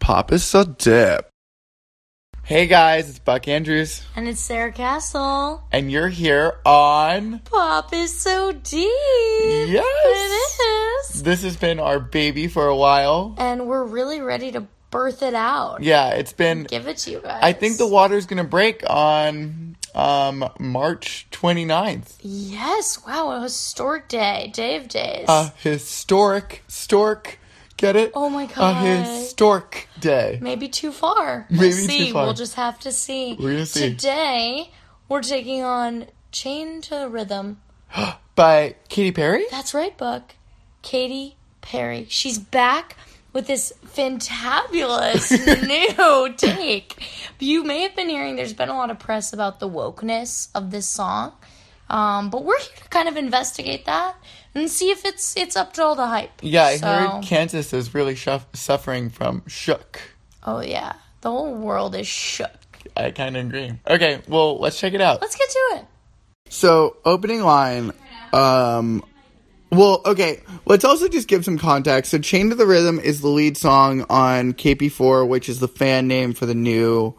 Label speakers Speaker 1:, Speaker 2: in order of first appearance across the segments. Speaker 1: Pop is so dip. Hey guys, it's Buck Andrews,
Speaker 2: And it's Sarah Castle.
Speaker 1: and you're here on.
Speaker 2: Pop is so deep.
Speaker 1: Yes!
Speaker 2: It is.
Speaker 1: This has been our baby for a while.
Speaker 2: And we're really ready to birth it out.
Speaker 1: Yeah, it's been.
Speaker 2: Give it to you guys.
Speaker 1: I think the water's gonna break on um, March 29th.
Speaker 2: Yes, wow, a historic day. Day of days.
Speaker 1: A historic, stork. Get it?
Speaker 2: Oh my
Speaker 1: A
Speaker 2: God.
Speaker 1: historic day.
Speaker 2: Maybe too far.
Speaker 1: Maybe
Speaker 2: we'll
Speaker 1: too
Speaker 2: see.
Speaker 1: far.
Speaker 2: We'll just have to see.
Speaker 1: We're gonna see.
Speaker 2: Today, we're taking on Chain to the Rhythm.
Speaker 1: By Katy Perry?
Speaker 2: That's right, Buck. Katy Perry. She's back with this fantabulous new take. You may have been hearing there's been a lot of press about the wokeness of this song. Um, but we're here to kind of investigate that and see if it's it's up to all the hype.
Speaker 1: Yeah, I
Speaker 2: So-
Speaker 1: heard Kansas is really shuff- suffering from shook.
Speaker 2: Oh yeah. The whole world is shook.
Speaker 1: I kind of agree. Okay, well, let's check it out.
Speaker 2: Let's get to it.
Speaker 1: So, opening line. Um, well, okay, let's also just give some context. So, Chain to the Rhythm is the lead song on KP4, which is the fan name for the new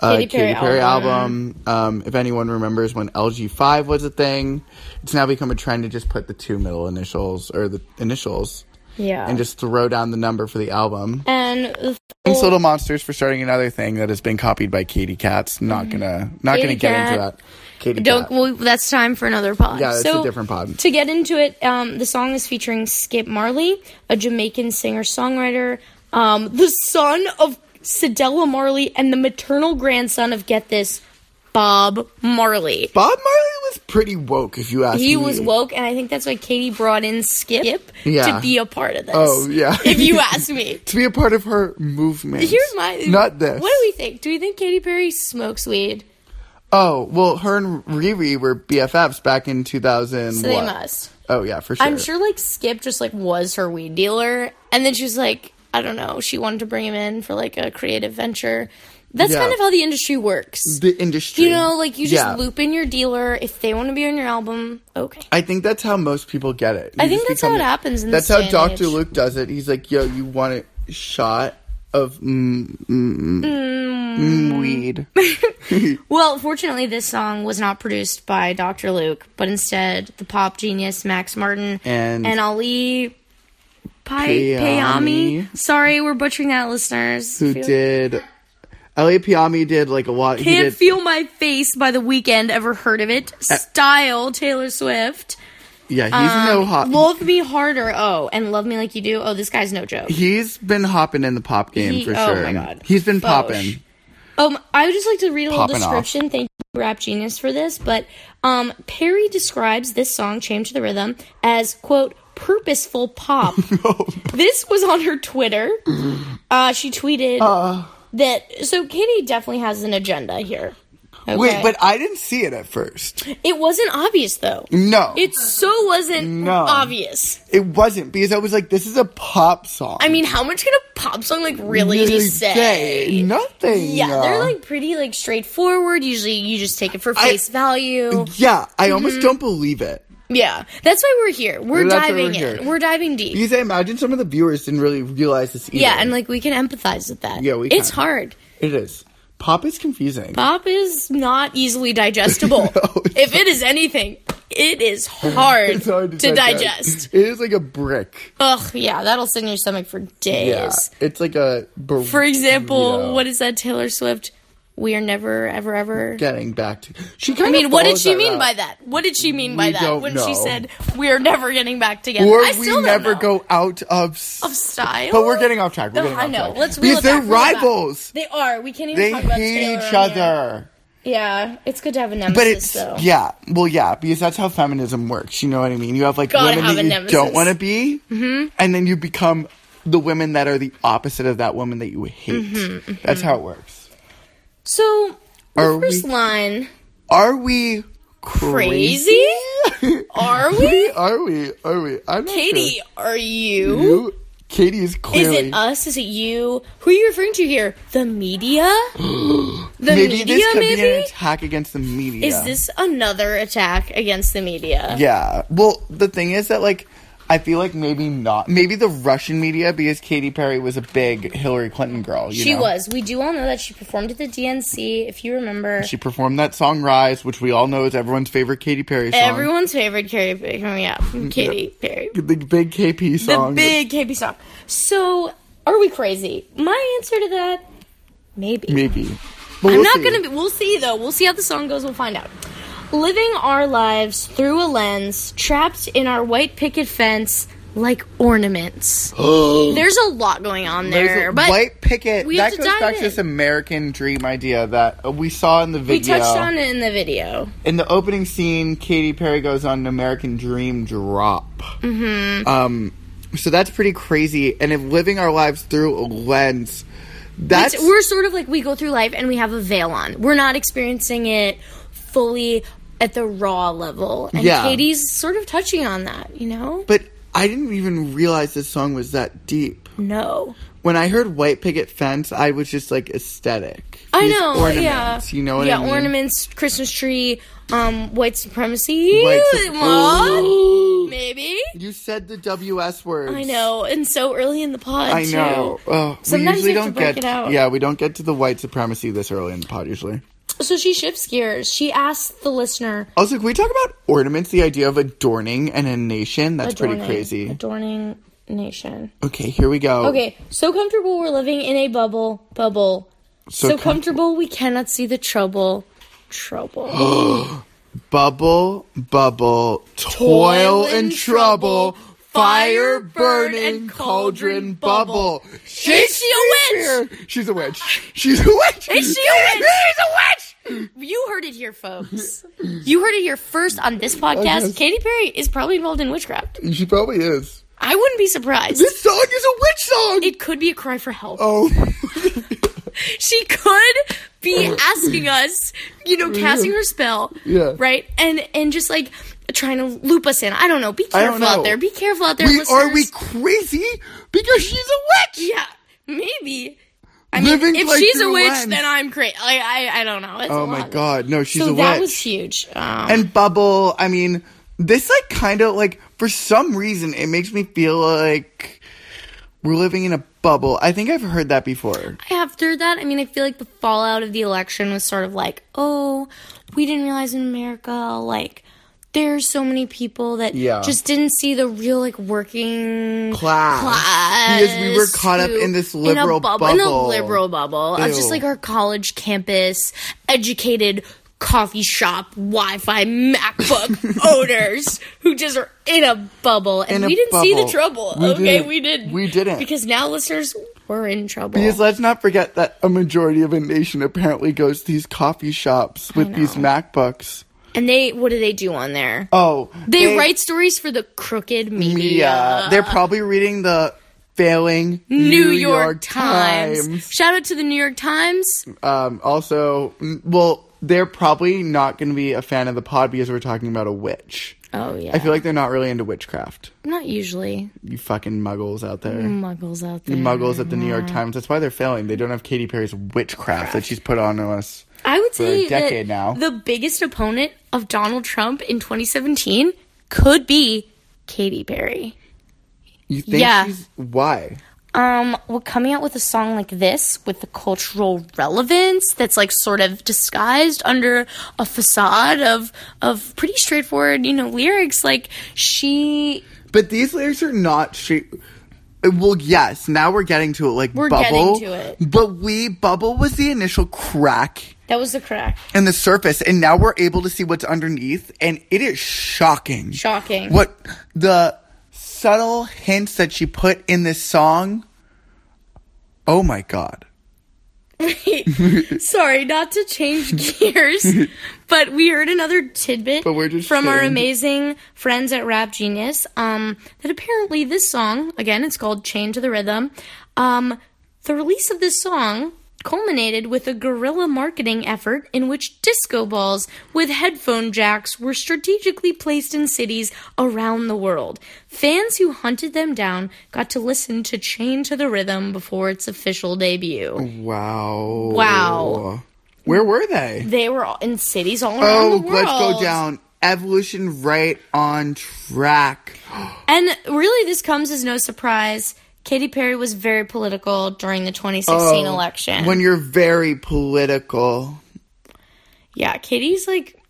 Speaker 1: uh, Katy
Speaker 2: Katy
Speaker 1: Perry,
Speaker 2: Perry
Speaker 1: album. Um, if anyone remembers when LG5 was a thing, it's now become a trend to just put the two middle initials or the initials
Speaker 3: Yeah.
Speaker 1: and just throw down the number for the album.
Speaker 3: And the
Speaker 1: Thanks, Little Monsters, for starting another thing that has been copied by Katy Cats. Not gonna, not gonna
Speaker 3: Katy
Speaker 1: get into
Speaker 3: Cat.
Speaker 1: that. Katy
Speaker 3: don't.
Speaker 1: Cat.
Speaker 3: Well, that's time for another pod.
Speaker 1: Yeah, it's
Speaker 3: so,
Speaker 1: a different pod.
Speaker 3: To get into it, um, the song is featuring Skip Marley, a Jamaican singer-songwriter, um, the son of Sedella Marley, and the maternal grandson of get this, Bob Marley.
Speaker 1: Bob Marley was pretty woke, if you ask me.
Speaker 3: He was woke, and I think that's why Katie brought in Skip
Speaker 1: Yeah.
Speaker 3: to be a part of this.
Speaker 1: Oh yeah.
Speaker 3: if you ask me.
Speaker 1: to be a part of her movement.
Speaker 3: Here's my
Speaker 1: Not this.
Speaker 3: What do we think? Do we think Katy Perry smokes weed?
Speaker 1: Oh well, her and Riri were BFFs back in 2000.
Speaker 3: So they
Speaker 1: what?
Speaker 3: must.
Speaker 1: Oh yeah, for sure.
Speaker 3: I'm sure like Skip just like was her weed dealer, and then she was like, I don't know, she wanted to bring him in for like a creative venture. That's
Speaker 1: Yeah.
Speaker 3: kind of how the industry works.
Speaker 1: the industry.
Speaker 3: You know, like you just
Speaker 1: Yeah.
Speaker 3: loop in your dealer if they want to be on your album. Okay,
Speaker 1: I think that's how most people get it. You
Speaker 3: I think
Speaker 1: just
Speaker 3: that's how
Speaker 1: become-
Speaker 3: it happens in
Speaker 1: That's
Speaker 3: this
Speaker 1: how
Speaker 3: day and
Speaker 1: Dr.
Speaker 3: age.
Speaker 1: Luke does it. He's like, "Yo, you want a shot of mm, mm, mm, weed?"
Speaker 3: Well, fortunately, this song was not produced by Dr. Luke, but instead the pop genius Max Martin
Speaker 1: And-
Speaker 3: Ali Pai-
Speaker 1: Payami.
Speaker 3: Payami. Sorry, we're butchering that, listeners.
Speaker 1: Who
Speaker 3: Feel-
Speaker 1: did? Elliot Piami did like a lot. he
Speaker 3: Can't
Speaker 1: did Uh,
Speaker 3: Feel My Face by The Weeknd. Ever heard of it? Style, Taylor Swift.
Speaker 1: Yeah, he's no
Speaker 3: um,
Speaker 1: hot.
Speaker 3: Love Me Harder, oh. And Love Me Like You Do, oh, this guy's no joke.
Speaker 1: he's been hopping in the pop game
Speaker 3: He-
Speaker 1: for
Speaker 3: oh
Speaker 1: sure.
Speaker 3: my God.
Speaker 1: He's been
Speaker 3: Bosh.
Speaker 1: popping.
Speaker 3: Um, I would just like to read a little
Speaker 1: Popping off.
Speaker 3: description. Thank you, Rap Genius, for this. But um, Perry describes this song, Change to the Rhythm, as, quote, purposeful pop. This was on her Twitter.
Speaker 1: Mm-hmm.
Speaker 3: Uh, she tweeted
Speaker 1: Uh.
Speaker 3: that. So Katie definitely has an agenda here. Okay?
Speaker 1: Wait, but I didn't see it at first.
Speaker 3: It wasn't obvious, though.
Speaker 1: No,
Speaker 3: It so wasn't
Speaker 1: No.
Speaker 3: obvious.
Speaker 1: it wasn't because I was like, this is a pop song.
Speaker 3: I mean, how much can a pop song like really say?
Speaker 1: nothing.
Speaker 3: Yeah, they're like pretty like straightforward. Usually, you just take it for
Speaker 1: I-
Speaker 3: face value.
Speaker 1: Yeah, I
Speaker 3: mm-hmm.
Speaker 1: almost don't believe it.
Speaker 3: Yeah, that's why we're here. We're
Speaker 1: That's why
Speaker 3: diving
Speaker 1: we're
Speaker 3: in.
Speaker 1: here.
Speaker 3: We're diving deep.
Speaker 1: Because I imagine some of the viewers didn't really realize this either.
Speaker 3: yeah, and like we can empathize with that.
Speaker 1: Yeah, we
Speaker 3: It's
Speaker 1: can.
Speaker 3: hard.
Speaker 1: it is. Pop is confusing.
Speaker 3: Pop is not easily digestible.
Speaker 1: it's
Speaker 3: if it is anything, it is hard,
Speaker 1: It's hard
Speaker 3: to digest.
Speaker 1: It is like a brick.
Speaker 3: Ugh, yeah, that'll sit in your stomach for days.
Speaker 1: Yeah, it's like a. Bur-
Speaker 3: For example,
Speaker 1: Yeah.
Speaker 3: what is that Taylor Swift? We are never, ever, ever.
Speaker 1: Getting back to she.
Speaker 3: I
Speaker 1: Kind
Speaker 3: mean, what did she mean by that? What did she mean by
Speaker 1: We
Speaker 3: that
Speaker 1: don't
Speaker 3: when
Speaker 1: know.
Speaker 3: she said we are never getting back together?
Speaker 1: Or
Speaker 3: I
Speaker 1: we
Speaker 3: still
Speaker 1: never
Speaker 3: don't know.
Speaker 1: go out of. s-
Speaker 3: of style.
Speaker 1: but we're getting off track. We're
Speaker 3: Ugh,
Speaker 1: getting
Speaker 3: I
Speaker 1: off
Speaker 3: know.
Speaker 1: track.
Speaker 3: Let's reel
Speaker 1: because
Speaker 3: it
Speaker 1: they're
Speaker 3: back, reel it back.
Speaker 1: rivals.
Speaker 3: They are. We can't even
Speaker 1: They
Speaker 3: talk about
Speaker 1: hate
Speaker 3: Taylor
Speaker 1: each
Speaker 3: on here.
Speaker 1: other.
Speaker 3: Yeah, it's good to have a nemesis,
Speaker 1: But it's
Speaker 3: though.
Speaker 1: yeah, well, yeah, because that's how feminism works. You know what I mean? You have like
Speaker 3: Gotta
Speaker 1: women
Speaker 3: have
Speaker 1: that
Speaker 3: a
Speaker 1: you
Speaker 3: nemesis. Mm-hmm.
Speaker 1: don't want to be, and then you become the women that are the opposite of that woman that you hate.
Speaker 3: Mm-hmm,
Speaker 1: That's how it works.
Speaker 3: So, the
Speaker 1: Are
Speaker 3: first
Speaker 1: we
Speaker 3: line,
Speaker 1: Are we crazy?
Speaker 3: crazy? Are we?
Speaker 1: are we? Are we? I'm not
Speaker 3: Katie,
Speaker 1: sure.
Speaker 3: are you?
Speaker 1: You, Katie is
Speaker 3: Is
Speaker 1: clearly.
Speaker 3: it us? Is it you? Who are you referring to here? The media? The
Speaker 1: maybe
Speaker 3: media,
Speaker 1: this could
Speaker 3: maybe?
Speaker 1: be an attack against the media.
Speaker 3: Is this another attack against the media?
Speaker 1: Yeah. Well, the thing is that like I feel like maybe not. Maybe the Russian media because Katy Perry was a big Hillary Clinton girl. you
Speaker 3: She
Speaker 1: know?
Speaker 3: was. We do all know that she performed at the DNC, if you remember.
Speaker 1: She performed that song "Rise," which we all know is everyone's favorite Katy Perry song.
Speaker 3: Everyone's favorite Katy Perry. Yeah, Katy Perry.
Speaker 1: the big KP
Speaker 3: The
Speaker 1: song.
Speaker 3: big Katy song. So, are we crazy? My answer to that, maybe.
Speaker 1: maybe. But
Speaker 3: I'm
Speaker 1: we'll
Speaker 3: not
Speaker 1: see.
Speaker 3: gonna. Be, we'll see though. We'll see how the song goes. We'll find out. Living our lives through a lens, trapped in our white picket fence, like ornaments. There's a lot going on
Speaker 1: Oh. There's
Speaker 3: there,
Speaker 1: a
Speaker 3: but
Speaker 1: white picket.
Speaker 3: we have
Speaker 1: That
Speaker 3: to
Speaker 1: goes
Speaker 3: dive
Speaker 1: back
Speaker 3: in.
Speaker 1: to this American dream idea that uh, we saw in the
Speaker 3: we
Speaker 1: video.
Speaker 3: touched on it in the video.
Speaker 1: in the opening scene, Katy Perry goes on an American Dream drop. Mm-hmm. Um, so that's pretty crazy. And if living our lives through a lens, that's
Speaker 3: It's- we're sort of like we go through life and we have a veil on. We're not experiencing it fully at the raw level, and
Speaker 1: Yeah.
Speaker 3: Katie's sort of touching on that. You know,
Speaker 1: but I didn't even realize this song was that deep.
Speaker 3: no,
Speaker 1: When I heard White Picket Fence, I was just like aesthetic.
Speaker 3: I
Speaker 1: These
Speaker 3: know. yeah,
Speaker 1: ornaments, You know what
Speaker 3: yeah,
Speaker 1: I mean?
Speaker 3: ornaments, Christmas tree, um, white supremacy.
Speaker 1: White
Speaker 3: What?
Speaker 1: sup- Ooh.
Speaker 3: Maybe.
Speaker 1: You said the WS words.
Speaker 3: I know, and so early in the pod.
Speaker 1: I know. Oh,
Speaker 3: Sometimes
Speaker 1: we usually
Speaker 3: you have
Speaker 1: don't
Speaker 3: to break
Speaker 1: get.
Speaker 3: it out.
Speaker 1: Yeah, we don't get to the white supremacy this early in the pod usually.
Speaker 3: Too. So she shifts gears. She asks the listener,
Speaker 1: Also, can we talk about ornaments? The idea of adorning and a nation. That's
Speaker 3: adorning,
Speaker 1: pretty crazy.
Speaker 3: adorning nation.
Speaker 1: okay, here we go.
Speaker 3: Okay, so comfortable we're living in a bubble, bubble. So,
Speaker 1: com-
Speaker 3: comfortable we cannot see the trouble, trouble.
Speaker 1: Bubble, bubble, toil and trouble, fire burning, cauldron bubble.
Speaker 3: Is she a witch?
Speaker 1: Shakespeare! She's a witch. She's a witch.
Speaker 3: Is she a witch? She's a witch. You heard it here, folks. You heard it here first on this podcast.
Speaker 1: Oh, yes.
Speaker 3: Katy Perry is probably involved in witchcraft.
Speaker 1: She probably is.
Speaker 3: I wouldn't be surprised.
Speaker 1: This song is a witch song.
Speaker 3: It could be a cry for help.
Speaker 1: oh.
Speaker 3: She could be asking us, you know, casting her spell,
Speaker 1: Mm-hmm. Yeah.
Speaker 3: right, and and just like trying to loop us in. I don't know. Be
Speaker 1: I
Speaker 3: careful
Speaker 1: don't
Speaker 3: out
Speaker 1: know.
Speaker 3: there. Be careful out there.
Speaker 1: we, are we
Speaker 3: listeners.
Speaker 1: crazy? Because she's a witch.
Speaker 3: Yeah, maybe. I
Speaker 1: Living
Speaker 3: mean, if
Speaker 1: life
Speaker 3: she's a
Speaker 1: through
Speaker 3: witch,
Speaker 1: lens.
Speaker 3: then I'm crazy. I, I I don't know. It's a
Speaker 1: Oh my
Speaker 3: lot.
Speaker 1: god, no, she's
Speaker 3: So
Speaker 1: a witch.
Speaker 3: that was huge. Um,
Speaker 1: and bubble. I mean, this like kind of like for some reason it makes me feel like we're living in a bubble. I think I've heard that before.
Speaker 3: after that, I mean, I feel like the fallout of the election was sort of like, oh, we didn't realize in America, like, there's so many people that
Speaker 1: Yeah.
Speaker 3: just didn't see the real, like, working
Speaker 1: Class.
Speaker 3: class
Speaker 1: Because we were caught up
Speaker 3: who-
Speaker 1: in this
Speaker 3: a
Speaker 1: liberal
Speaker 3: In a
Speaker 1: bubble.
Speaker 3: liberal bubble of just,
Speaker 1: Ew.
Speaker 3: like, our college campus, educated coffee shop, Wi Fi, MacBook owners who just are in a bubble. And
Speaker 1: In a
Speaker 3: we didn't see the
Speaker 1: bubble.
Speaker 3: trouble.
Speaker 1: We
Speaker 3: okay,
Speaker 1: didn't.
Speaker 3: we didn't.
Speaker 1: We didn't.
Speaker 3: Because now listeners were in trouble.
Speaker 1: Because let's not forget that a majority of a nation apparently goes to these coffee shops with these MacBooks.
Speaker 3: And they, what do they do on there?
Speaker 1: Oh,
Speaker 3: they, write stories for the crooked media.
Speaker 1: media. They're probably reading the failing New,
Speaker 3: New York, Times. Shout out to the New York Times.
Speaker 1: Um, also, mm, well, they're probably not going to be a fan of the pod because we're talking about a witch.
Speaker 3: Oh yeah,
Speaker 1: I feel like they're not really into witchcraft.
Speaker 3: not usually
Speaker 1: You fucking muggles out there.
Speaker 3: Mm-hmm. muggles out there.
Speaker 1: Muggles at the New York Times. That's why they're failing. They don't have Katy Perry's witchcraft that she's put on us.
Speaker 3: I would
Speaker 1: a
Speaker 3: say
Speaker 1: decade
Speaker 3: that
Speaker 1: now.
Speaker 3: the biggest opponent of Donald Trump in 2017 could be Katy Perry.
Speaker 1: You think
Speaker 3: Yeah.
Speaker 1: she's why?
Speaker 3: Um, well, coming out with a song like this with the cultural relevance that's like sort of disguised under a facade of of pretty straightforward, you know, lyrics. Like she
Speaker 1: But these lyrics are not straight. Well, yes. Now we're getting to it. Like
Speaker 3: We're
Speaker 1: bubble,
Speaker 3: getting to it.
Speaker 1: But we bubble was the initial crack
Speaker 3: That was the crack.
Speaker 1: in the surface, and now we're able to see what's underneath, and it is shocking.
Speaker 3: Shocking.
Speaker 1: What the subtle hints that she put in this song. Oh my god.
Speaker 3: Sorry, not to change gears, but we heard another tidbit
Speaker 1: But we're just
Speaker 3: from our
Speaker 1: saying-
Speaker 3: amazing friends at Rap Genius um, that apparently this song, again, it's called Chain to the Rhythm, um, the release of this song culminated with a guerrilla marketing effort in which disco balls with headphone jacks were strategically placed in cities around the world. Fans who hunted them down got to listen to Chain to the Rhythm before its official debut.
Speaker 1: Wow.
Speaker 3: Wow.
Speaker 1: Where were they?
Speaker 3: They were all in cities all around the
Speaker 1: Oh,
Speaker 3: world.
Speaker 1: let's go down evolution right on track.
Speaker 3: And really, this comes as no surprise. Katy Perry was very political during the 2016
Speaker 1: Oh,
Speaker 3: election.
Speaker 1: When you're very political.
Speaker 3: yeah, Katy's like,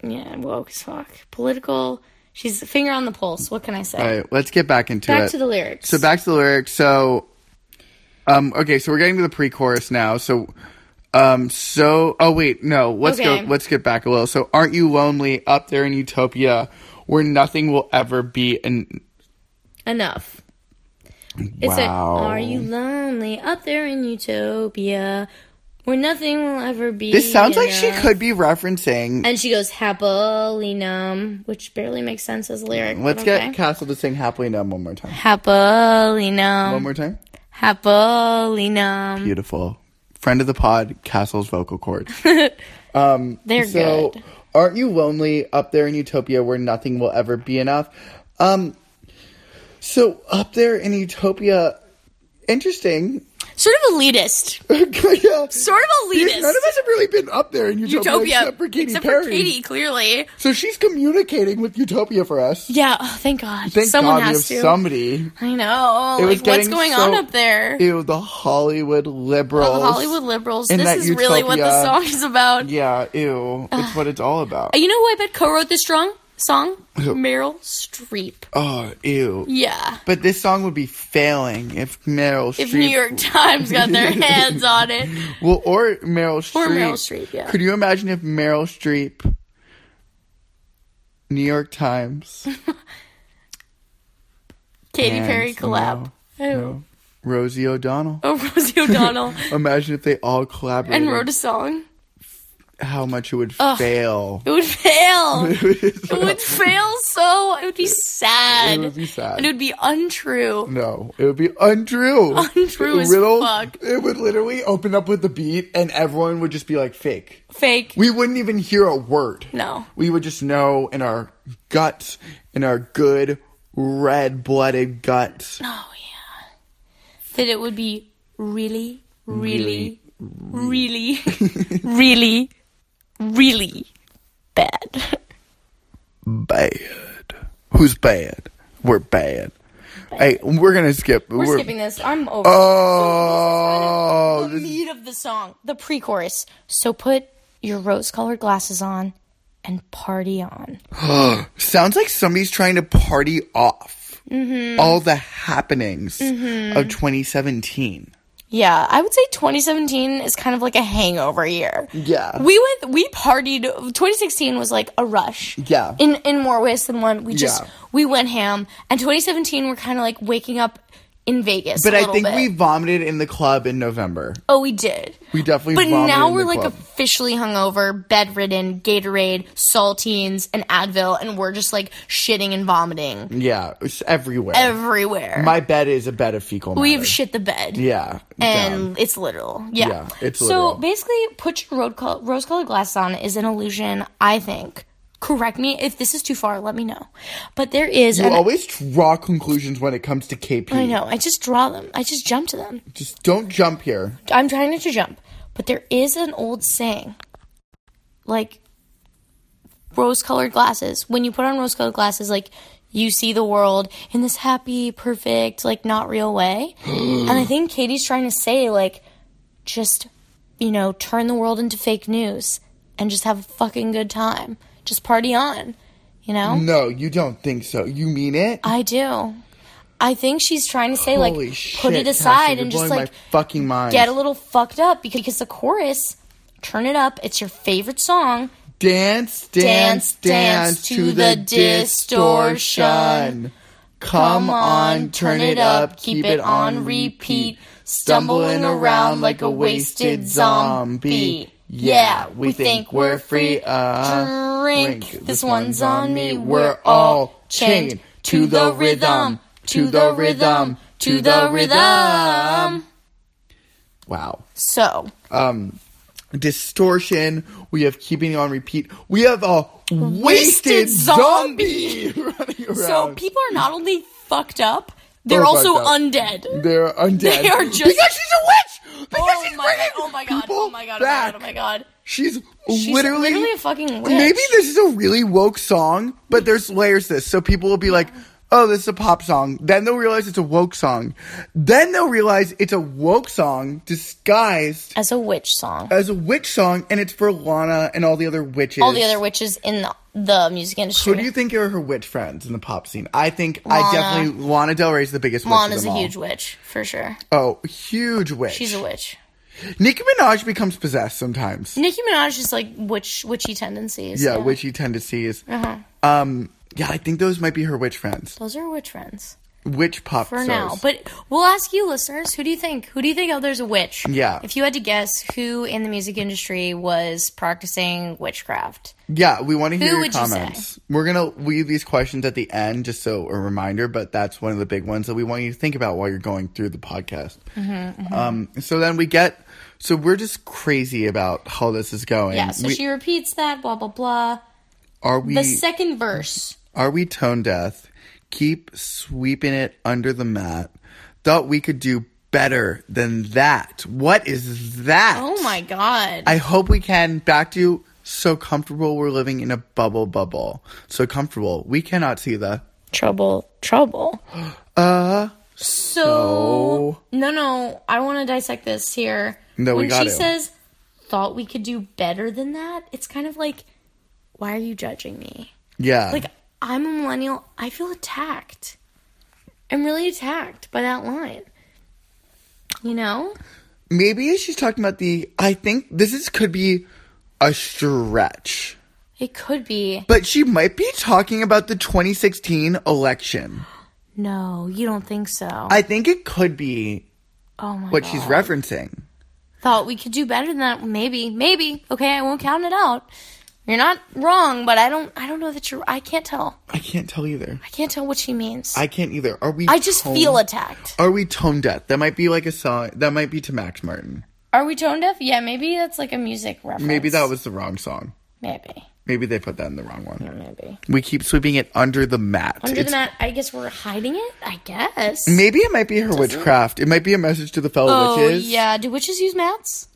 Speaker 3: yeah, woke as fuck. Political. She's finger on the pulse. What can I say?
Speaker 1: All right, let's get back into it.
Speaker 3: Back to the lyrics.
Speaker 1: So back to the lyrics. So, um, okay, so we're getting to the pre-chorus now. So, um, so oh wait, no, let's
Speaker 3: Okay.
Speaker 1: go. Let's get back a little. So, aren't you lonely up there in utopia, where nothing will ever be? And
Speaker 3: Enough. It's a
Speaker 1: Wow.
Speaker 3: Are you lonely up there in utopia where nothing will ever be?
Speaker 1: this sounds like she
Speaker 3: enough?"
Speaker 1: could be referencing.
Speaker 3: And she goes happily numb, which barely makes sense as a lyric.
Speaker 1: let's
Speaker 3: but
Speaker 1: get
Speaker 3: okay.
Speaker 1: Castle to sing happily numb one more time.
Speaker 3: happily
Speaker 1: One
Speaker 3: numb,
Speaker 1: more time.
Speaker 3: happily numb.
Speaker 1: Beautiful. Friend of the pod, Castle's vocal cords.
Speaker 3: They're
Speaker 1: So,
Speaker 3: good.
Speaker 1: aren't you lonely up there in utopia where nothing will ever be enough? Um, so up there in utopia, interesting.
Speaker 3: Sort of elitist.
Speaker 1: yeah.
Speaker 3: Sort of
Speaker 1: Because
Speaker 3: elitist.
Speaker 1: None of us have really been up there in utopia,
Speaker 3: utopia,
Speaker 1: except for Katy Perry.
Speaker 3: Katy, clearly.
Speaker 1: So she's communicating with utopia for us.
Speaker 3: Yeah. Oh, thank God.
Speaker 1: Thank
Speaker 3: Someone
Speaker 1: God we
Speaker 3: has
Speaker 1: have
Speaker 3: to.
Speaker 1: somebody.
Speaker 3: I know.
Speaker 1: It was
Speaker 3: like, what's
Speaker 1: getting
Speaker 3: going
Speaker 1: so-
Speaker 3: on up there? Oh,
Speaker 1: Ew, the Hollywood liberals.
Speaker 3: the Hollywood liberals.
Speaker 1: in
Speaker 3: This
Speaker 1: that
Speaker 3: is really what the
Speaker 1: utopia.
Speaker 3: song is about.
Speaker 1: Yeah, ew. It's what it's all about.
Speaker 3: Uh, You know who I bet co-wrote this strong song? Meryl Streep.
Speaker 1: Oh, ew.
Speaker 3: Yeah.
Speaker 1: But this song would be failing if Meryl Streep
Speaker 3: If New York Times got their hands on it.
Speaker 1: Well, or Meryl Streep.
Speaker 3: Or Meryl Streep, yeah.
Speaker 1: Could you imagine if Meryl Streep, New York Times,
Speaker 3: Katy
Speaker 1: And
Speaker 3: Perry collab. Oh.
Speaker 1: Rosie O'Donnell?
Speaker 3: Oh, Rosie O'Donnell.
Speaker 1: Imagine if they all collaborated.
Speaker 3: and wrote a song.
Speaker 1: how much it would
Speaker 3: Ugh.
Speaker 1: fail.
Speaker 3: It would fail.
Speaker 1: It would
Speaker 3: It would fail so. It would be sad.
Speaker 1: It would be sad.
Speaker 3: And it would be untrue.
Speaker 1: no, it would be untrue.
Speaker 3: Untrue as
Speaker 1: Riddle,
Speaker 3: fuck.
Speaker 1: It would literally open up with the beat, and everyone would just be like fake.
Speaker 3: Fake.
Speaker 1: We wouldn't even hear a word.
Speaker 3: No.
Speaker 1: We would just know in our guts, in our good red blooded guts.
Speaker 3: Oh yeah. That it would be really, really, really, really, really bad.
Speaker 1: bad. Who's bad? We're bad. Hey, we're gonna skip.
Speaker 3: We're, skipping this. I'm over.
Speaker 1: Oh,
Speaker 3: the meat of the song, the pre-chorus. So put your rose-colored glasses on and party on.
Speaker 1: sounds like somebody's trying to party off
Speaker 3: Mm-hmm.
Speaker 1: all the happenings of 2017.
Speaker 3: Yeah, I would say 2017 is kind of like a hangover year.
Speaker 1: Yeah.
Speaker 3: We went we partied 2016 was like a rush.
Speaker 1: Yeah.
Speaker 3: In in more ways than one. We just
Speaker 1: Yeah.
Speaker 3: we went ham and 2017 we're kind of like waking up in Vegas
Speaker 1: But
Speaker 3: I
Speaker 1: I think
Speaker 3: bit.
Speaker 1: we vomited in the club in November.
Speaker 3: Oh, we did.
Speaker 1: We definitely.
Speaker 3: But
Speaker 1: vomited
Speaker 3: now
Speaker 1: in
Speaker 3: we're
Speaker 1: the
Speaker 3: like
Speaker 1: club.
Speaker 3: officially hungover, bedridden, Gatorade, saltines, and Advil, and we're just like shitting and vomiting
Speaker 1: yeah, it's everywhere.
Speaker 3: everywhere.
Speaker 1: My bed is a bed of fecal.
Speaker 3: we have
Speaker 1: matter.
Speaker 3: shit the bed.
Speaker 1: Yeah,
Speaker 3: And
Speaker 1: down.
Speaker 3: it's literal. Yeah.
Speaker 1: Yeah, it's
Speaker 3: so
Speaker 1: literal.
Speaker 3: basically, put your road col- rose colored glasses on is an illusion, I think. Correct me if this is too far, let me know. But there is
Speaker 1: you
Speaker 3: an.
Speaker 1: always draw conclusions when it comes to KP.
Speaker 3: I know, I just draw them, I just jump to them.
Speaker 1: Just don't jump here.
Speaker 3: I'm trying not to jump, but there is an old saying like rose colored glasses. When you put on rose colored glasses, like you see the world in this happy, perfect, like not real way. and I think Katie's trying to say, like, just, you know, turn the world into fake news and just have a fucking good time. Just party on, you know?
Speaker 1: No, you don't think so. You mean it?
Speaker 3: I do. I think she's trying to say, like,
Speaker 1: Holy
Speaker 3: put
Speaker 1: shit,
Speaker 3: it
Speaker 1: Cassie,
Speaker 3: aside
Speaker 1: you're
Speaker 3: and just
Speaker 1: blowing
Speaker 3: like
Speaker 1: my fucking mind.
Speaker 3: get a little fucked up because, because the chorus, turn it up. It's your favorite song.
Speaker 1: dance, dance, dance, to the distortion. Come on, turn it up, keep it on repeat. Stumbling around like a wasted zombie. Yeah, we think we're free. Uh,
Speaker 3: drink. This one's on me. We're all chained to the rhythm, to the rhythm, to the rhythm.
Speaker 1: Wow.
Speaker 3: So
Speaker 1: um distortion we have keeping on repeat we have a wasted, zombie,
Speaker 3: zombie.
Speaker 1: running around
Speaker 3: So people are not only fucked up, they're
Speaker 1: They're
Speaker 3: also
Speaker 1: fucked up.
Speaker 3: undead.
Speaker 1: they're undead
Speaker 3: They are just-
Speaker 1: because she's a witch because
Speaker 3: Oh
Speaker 1: she's
Speaker 3: my,
Speaker 1: bringing
Speaker 3: oh my god,
Speaker 1: people
Speaker 3: oh my god, oh my god, oh
Speaker 1: back.
Speaker 3: my god.
Speaker 1: She's,
Speaker 3: She's
Speaker 1: literally,
Speaker 3: a fucking witch.
Speaker 1: Maybe this is a really woke song, but there's layers to this. So people will be like, oh, this is a pop song. Then they'll realize it's a woke song. Then they'll realize it's a woke song disguised
Speaker 3: as a witch song.
Speaker 1: as a witch song, and it's for Lana and all the other witches.
Speaker 3: All the other witches in the, the music industry.
Speaker 1: Who do you think are her witch friends in the pop scene? I think I
Speaker 3: Lana.
Speaker 1: definitely Lana Del Rey's the biggest witch.
Speaker 3: Lana's
Speaker 1: of
Speaker 3: a
Speaker 1: them all.
Speaker 3: huge witch for sure.
Speaker 1: Oh, huge witch.
Speaker 3: She's a witch.
Speaker 1: Nicki Minaj becomes possessed sometimes.
Speaker 3: Nicki Minaj is like witch witchy tendencies.
Speaker 1: Yeah, witchy tendencies.
Speaker 3: Uh-huh.
Speaker 1: Um, yeah, I think those might be her witch friends.
Speaker 3: Those are witch friends
Speaker 1: Witch pop
Speaker 3: for now. But we'll ask you, listeners, who do you think? Who do you think out there's a witch?
Speaker 1: Yeah.
Speaker 3: If you had to guess who in the music industry was practicing witchcraft,
Speaker 1: Yeah, we want to hear your
Speaker 3: would you say?
Speaker 1: comments. We're gonna leave these questions at the end just so a reminder, but that's one of the big ones that we want you to think about while you're going through the podcast.
Speaker 3: Mm-hmm,
Speaker 1: Um, so then we get, so we're just crazy about how this is going.
Speaker 3: yeah. So
Speaker 1: We-
Speaker 3: she repeats that. Blah blah blah.
Speaker 1: are we
Speaker 3: The second verse.
Speaker 1: are we tone deaf? Keep sweeping it under the mat. Thought we could do better than that. What is that?
Speaker 3: Oh my god.
Speaker 1: I hope we can. Back to you. So comfortable. We're living in a bubble bubble. So comfortable. We cannot see the.
Speaker 3: trouble. Trouble.
Speaker 1: Uh,
Speaker 3: So no, no. I want to dissect this here.
Speaker 1: No, we
Speaker 3: when
Speaker 1: gotta.
Speaker 3: she says, "Thought we could do better than that," it's kind of like, "Why are you judging me?"
Speaker 1: yeah.
Speaker 3: Like I'm a millennial. I feel attacked. I'm really attacked by that line. You know?
Speaker 1: Maybe she's talking about the. I think this is could be a stretch,
Speaker 3: It could be.
Speaker 1: but she might be talking about the 2016 election.
Speaker 3: No, you don't think so.
Speaker 1: I think it could be
Speaker 3: oh my
Speaker 1: what
Speaker 3: god.
Speaker 1: she's referencing.
Speaker 3: Thought we could do better than that. Maybe, maybe. Okay, I won't count it out. You're not wrong, but I don't. I don't know that you're. I can't tell.
Speaker 1: I can't tell either.
Speaker 3: I can't tell what she means.
Speaker 1: I can't either. Are we?
Speaker 3: I just
Speaker 1: tone-
Speaker 3: feel attacked.
Speaker 1: Are we tone deaf? That might be like a song. That might be to Max Martin.
Speaker 3: Are we tone deaf? Yeah, maybe that's like a music reference.
Speaker 1: Maybe that was the wrong song.
Speaker 3: Maybe.
Speaker 1: Maybe they put that in the wrong one.
Speaker 3: Maybe.
Speaker 1: We keep sweeping it under the mat.
Speaker 3: Under
Speaker 1: It's-
Speaker 3: the mat, I guess we're hiding it. I guess.
Speaker 1: Maybe it might be her witchcraft. It might be a message to the fellow
Speaker 3: oh
Speaker 1: witches.
Speaker 3: yeah. Do witches use mats?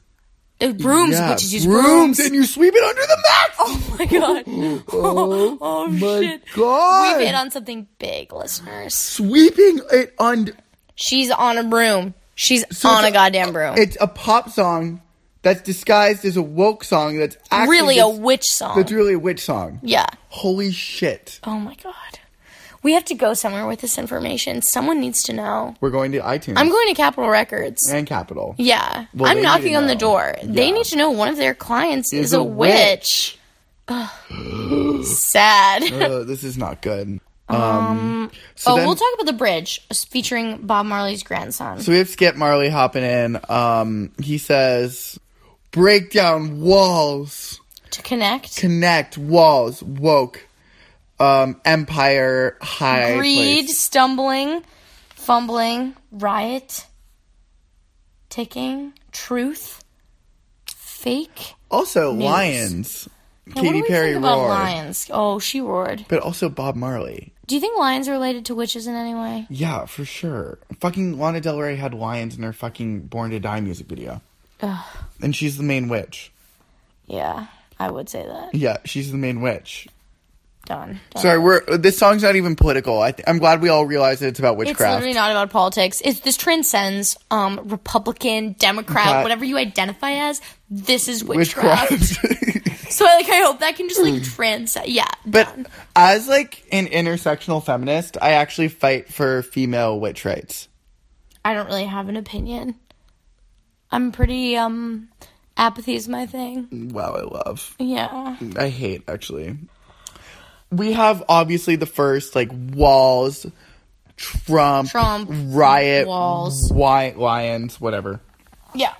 Speaker 3: Uh, brooms.
Speaker 1: Yeah,
Speaker 3: Witches use
Speaker 1: brooms,
Speaker 3: brooms.
Speaker 1: and you sweep it under the mat.
Speaker 3: Oh my god. Oh,
Speaker 1: my
Speaker 3: shit.
Speaker 1: god!
Speaker 3: We've hit on something big, listeners.
Speaker 1: Sweeping it under.
Speaker 3: She's on a broom. She's
Speaker 1: So
Speaker 3: on
Speaker 1: it's
Speaker 3: a goddamn broom.
Speaker 1: It's a pop song that's disguised as a woke song. That's actually
Speaker 3: really a
Speaker 1: dis-
Speaker 3: witch song.
Speaker 1: That's really a witch song.
Speaker 3: yeah.
Speaker 1: Holy shit!
Speaker 3: Oh my god. We have to go somewhere with this information. Someone needs to know.
Speaker 1: We're going to iTunes
Speaker 3: I'm going to Capitol Records.
Speaker 1: and Capitol.
Speaker 3: Yeah.
Speaker 1: Well, they
Speaker 3: I'm
Speaker 1: need to
Speaker 3: knocking on the
Speaker 1: know.
Speaker 3: door. They
Speaker 1: Yeah.
Speaker 3: need to know one of their clients is,
Speaker 1: a
Speaker 3: a witch. Ugh. Sad.
Speaker 1: Ugh, Uh, this is not good. Um, so
Speaker 3: Oh,
Speaker 1: then-
Speaker 3: we'll talk about the bridge featuring Bob Marley's grandson.
Speaker 1: So we have Skip Marley hopping in. Um, he says, "Break down walls,
Speaker 3: to connect.
Speaker 1: connect walls, woke, um, empire high,
Speaker 3: Greed,
Speaker 1: place.
Speaker 3: stumbling, fumbling, riot, ticking, truth, fake.
Speaker 1: Also lions,
Speaker 3: Now, what do
Speaker 1: Katy
Speaker 3: we
Speaker 1: Perry
Speaker 3: think about
Speaker 1: roar,
Speaker 3: lions? Oh, she roared.
Speaker 1: but also Bob Marley.
Speaker 3: Do you think lions are related to witches in any way?
Speaker 1: Yeah, for sure. Fucking Lana Del Rey had lions in her fucking Born to Die music video,
Speaker 3: Ugh.
Speaker 1: and she's the main witch.
Speaker 3: Yeah, I would say that.
Speaker 1: Yeah, she's the main witch.
Speaker 3: Done. Done.
Speaker 1: Sorry, we're this song's not even political. I th- I'm glad we all realized that it's about
Speaker 3: It's
Speaker 1: witchcraft.
Speaker 3: literally not about politics. It's this transcends um, Republican, Democrat,
Speaker 1: Got-
Speaker 3: whatever you identify as. This is witchcraft.
Speaker 1: witchcraft. Hmm.
Speaker 3: so like, I hope that can just like transcend. Yeah,
Speaker 1: But as like an intersectional feminist, I actually fight for female witch rights.
Speaker 3: I don't really have an opinion. I'm pretty um apathy is my thing.
Speaker 1: Wow, I love.
Speaker 3: Yeah.
Speaker 1: I hate actually. We have obviously the first like walls, Trump,
Speaker 3: Trump,
Speaker 1: riot,
Speaker 3: walls.
Speaker 1: wi- lions, whatever.
Speaker 3: Yeah.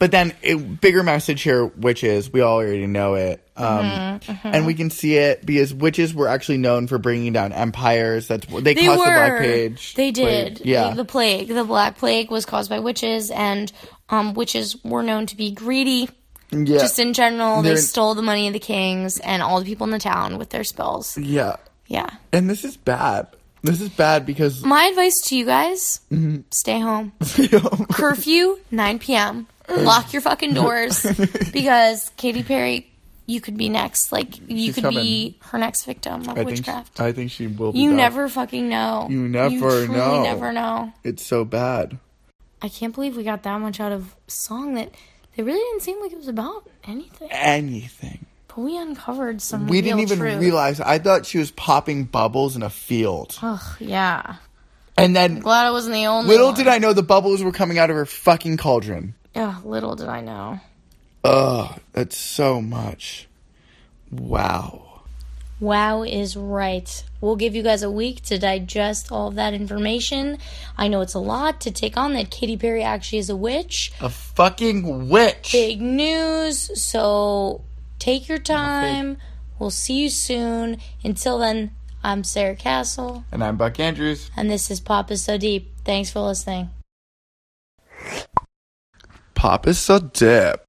Speaker 1: But then a bigger message here, witches. We all already know it, um,
Speaker 3: Mm-hmm,
Speaker 1: and we can see it because witches were actually known for bringing down empires. That's they,
Speaker 3: They
Speaker 1: caused
Speaker 3: were.
Speaker 1: the Black Page.
Speaker 3: They did.
Speaker 1: Plague. Yeah,
Speaker 3: The, the plague. The Black Plague was caused by witches and um witches were known to be greedy.
Speaker 1: yeah.
Speaker 3: Just in general, they
Speaker 1: They're-
Speaker 3: stole the money of the kings and all the people in the town with their spells.
Speaker 1: yeah.
Speaker 3: Yeah.
Speaker 1: And this is bad. This is bad because Mm-hmm.
Speaker 3: My advice to you guys, stay home.
Speaker 1: you know,
Speaker 3: Curfew, 9 p.m. Lock your fucking doors because Katy Perry, you could be next. Like you
Speaker 1: She's
Speaker 3: could be her next victim of
Speaker 1: I think,
Speaker 3: witchcraft.
Speaker 1: I think she will be.
Speaker 3: you
Speaker 1: back.
Speaker 3: never fucking know.
Speaker 1: You never
Speaker 3: truly
Speaker 1: know.
Speaker 3: Never know.
Speaker 1: It's so bad.
Speaker 3: I can't believe we got that much out of a song that they really didn't seem like it was about anything.
Speaker 1: Anything.
Speaker 3: But we uncovered some.
Speaker 1: We didn't
Speaker 3: real
Speaker 1: even
Speaker 3: truth.
Speaker 1: realize. I thought she was popping bubbles in a field,
Speaker 3: Ugh, yeah.
Speaker 1: and then
Speaker 3: Glad I wasn't the only.
Speaker 1: little
Speaker 3: one.
Speaker 1: did I know the bubbles were coming out of her fucking cauldron.
Speaker 3: Ugh, little did I know.
Speaker 1: Ugh, that's so much. Wow.
Speaker 3: Wow is right. We'll give you guys a week to digest all of that information. I know it's a lot to take on that Katy Perry actually is a witch.
Speaker 1: A fucking witch.
Speaker 3: Big news. So take your time. We'll see you soon. Until then, I'm Sarah Castle,
Speaker 1: And I'm Buck Andrews.
Speaker 3: and this is Pop is So Deep. Thanks for listening.
Speaker 1: Pop is so dip.